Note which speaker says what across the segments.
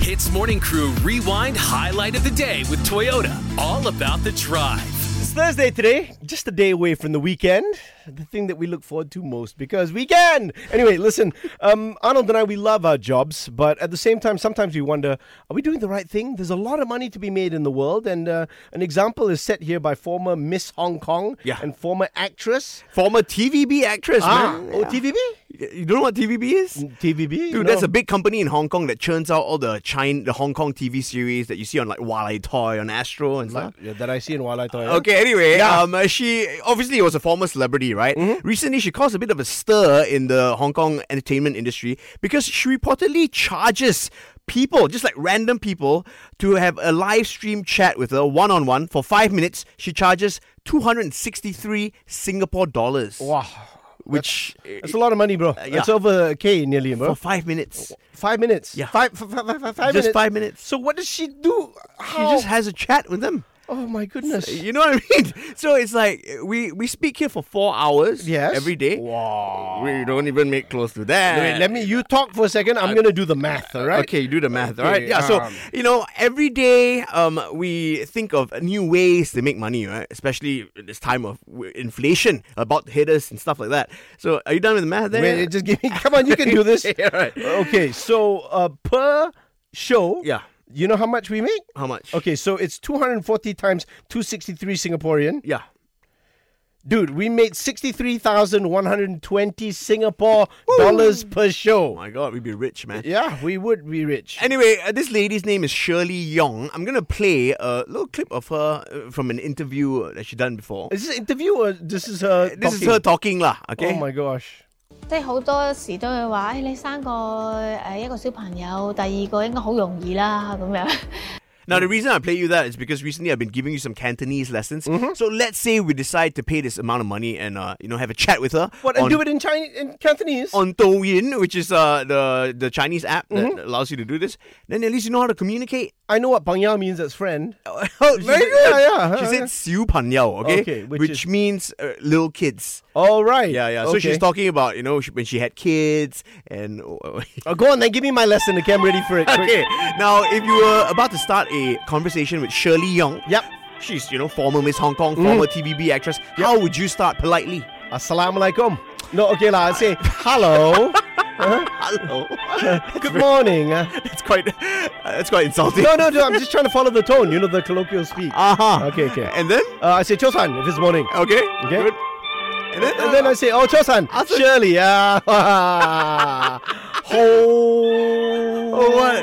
Speaker 1: Hits Morning Crew Rewind Highlight of the Day with Toyota. All about the drive.
Speaker 2: It's Thursday today, just a day away from the weekend, the thing that we look forward to most because we can. Anyway, listen, um, Arnold and I, we love our jobs, but at the same time, sometimes we wonder, are we doing the right thing? There's a lot of money to be made in the world, and uh, an example is set here by former Miss Hong Kong
Speaker 3: Yeah.
Speaker 2: and former actress.
Speaker 3: Former TVB actress,
Speaker 2: Ah,
Speaker 3: man.
Speaker 2: oh, Mm. TVB?
Speaker 3: You don't know what TVB is?
Speaker 2: TVB?
Speaker 3: Dude, that's a big company in Hong Kong that churns out all the China, the Hong Kong TV series that you see on like Walai Toy, on Astro and stuff.
Speaker 2: Yeah, that I see in Wildlife.
Speaker 3: Okay, anyway, um, uh, she obviously was a former celebrity, right?
Speaker 2: Mm-hmm.
Speaker 3: Recently, she caused a bit of a stir in the Hong Kong entertainment industry because she reportedly charges people, just like random people, to have a live stream chat with her one on one for five minutes. She charges 263 Singapore dollars.
Speaker 2: Wow.
Speaker 3: Which
Speaker 2: That's a lot of money, bro.
Speaker 3: yeah.
Speaker 2: It's over a K nearly, bro.
Speaker 3: for five minutes.
Speaker 2: Five minutes.
Speaker 3: Yeah.
Speaker 2: Five, f- f- f- f- five
Speaker 3: Just
Speaker 2: minutes. Oh.
Speaker 3: five minutes.
Speaker 2: So what does she do?
Speaker 3: She
Speaker 2: How?
Speaker 3: just has a chat with them.
Speaker 2: oh my goodness.
Speaker 3: You know what I mean? So it's like we we speak here for four hours
Speaker 2: Yes.
Speaker 3: every day.
Speaker 2: Wow.
Speaker 3: We don't even make close to that.
Speaker 2: Wait, let me. You talk for a second.
Speaker 3: Uh,
Speaker 2: I'm gonna do the math. All right.
Speaker 3: Okay, you do the math, all right?
Speaker 2: Okay,
Speaker 3: Yeah, so
Speaker 2: um,
Speaker 3: you know, every day um, we think of new ways to make money, right? Especially in this time of w- inflation about to hit us and stuff like that. So, are you done with the math there?
Speaker 2: Wait, just give me. Come on, you can do this.
Speaker 3: Yeah, right.
Speaker 2: Okay. So uh, per show.
Speaker 3: Yeah.
Speaker 2: You know how much we make?
Speaker 3: How much?
Speaker 2: Okay, so it's 240 times 263 Singaporean.
Speaker 3: Yeah.
Speaker 2: Dude, we make 63,120 Singapore dollars per
Speaker 3: Oh
Speaker 2: show.
Speaker 3: my God, we'd be rich, man.
Speaker 2: Yeah, we would be rich.
Speaker 3: Anyway, uh, this lady's name is Shirley Yong. I'm gonna play a little clip of her uh, from an interview uh, that she done before.
Speaker 2: Is this interview or this is her?
Speaker 3: This is
Speaker 2: talking?
Speaker 3: her talking lah. Okay.
Speaker 2: Oh my gosh.
Speaker 4: 即係好多時都會話，誒、哎你生個誒、一個小朋友，第二個應該好容易啦咁樣。
Speaker 3: Now, the reason I play you that is because recently I've been giving you some Cantonese lessons.
Speaker 2: Mm-hmm.
Speaker 3: So let's say we decide to pay this amount of money and uh, you know have a chat with her
Speaker 2: What? and
Speaker 3: on,
Speaker 2: do it in Chinese, in Cantonese.
Speaker 3: on Douyin, which is uh, the the Chinese app that
Speaker 2: Mm-hmm.
Speaker 3: allows you to do this. Then at least you know how to communicate.
Speaker 2: I know what Pang Yao means as friend.
Speaker 3: Very
Speaker 2: good. Yeah, yeah,
Speaker 3: She
Speaker 2: yeah.
Speaker 3: said "siu pan yao," okay,
Speaker 2: Okay, which
Speaker 3: which,
Speaker 2: is-
Speaker 3: means uh, little kids.
Speaker 2: All right.
Speaker 3: Yeah, yeah. So
Speaker 2: Okay.
Speaker 3: she's talking about you know she, when she had kids and.
Speaker 2: Oh, go on then, give me my lesson. Okay, I'm ready for it. Quick.
Speaker 3: Okay, now if you were about to start a conversation with Shirley Young,
Speaker 2: Yep.
Speaker 3: she's you know former Miss Hong Kong,
Speaker 2: Mm.
Speaker 3: former TVB actress. How would you start politely?
Speaker 2: Assalamualaikum. No, okay lah. I say hello.
Speaker 3: Hello.
Speaker 2: Good morning. Uh,
Speaker 3: that's quite uh, that's quite insulting.
Speaker 2: no, no, no. I'm just trying to follow the tone. You know the colloquial speak. Uh,
Speaker 3: Uh huh.
Speaker 2: Okay, okay.
Speaker 3: And then
Speaker 2: I say Chosan if it's morning.
Speaker 3: okay.
Speaker 2: Okay.
Speaker 3: Good. And then,
Speaker 2: And then I say, oh Chosan,
Speaker 3: Awesome.
Speaker 2: Shirley. Uh, ho.
Speaker 3: Oh, what?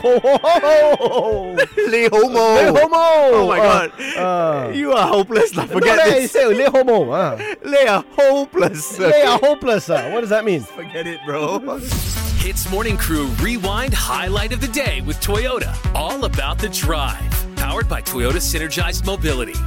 Speaker 2: ho, ho, ho, ho.
Speaker 3: Le homo.
Speaker 2: Hey, homo.
Speaker 3: Oh my god.
Speaker 2: Uh,
Speaker 3: you are hopeless. lah. Forget
Speaker 2: no, they
Speaker 3: this.
Speaker 2: Say, le homo. Uh.
Speaker 3: They are hopeless.
Speaker 2: They are hopeless. Uh. What does that mean?
Speaker 3: Forget it, bro.
Speaker 1: Hits Morning Crew Rewind Highlight of the Day with Toyota. All about the drive. Powered by Toyota Synergized Mobility.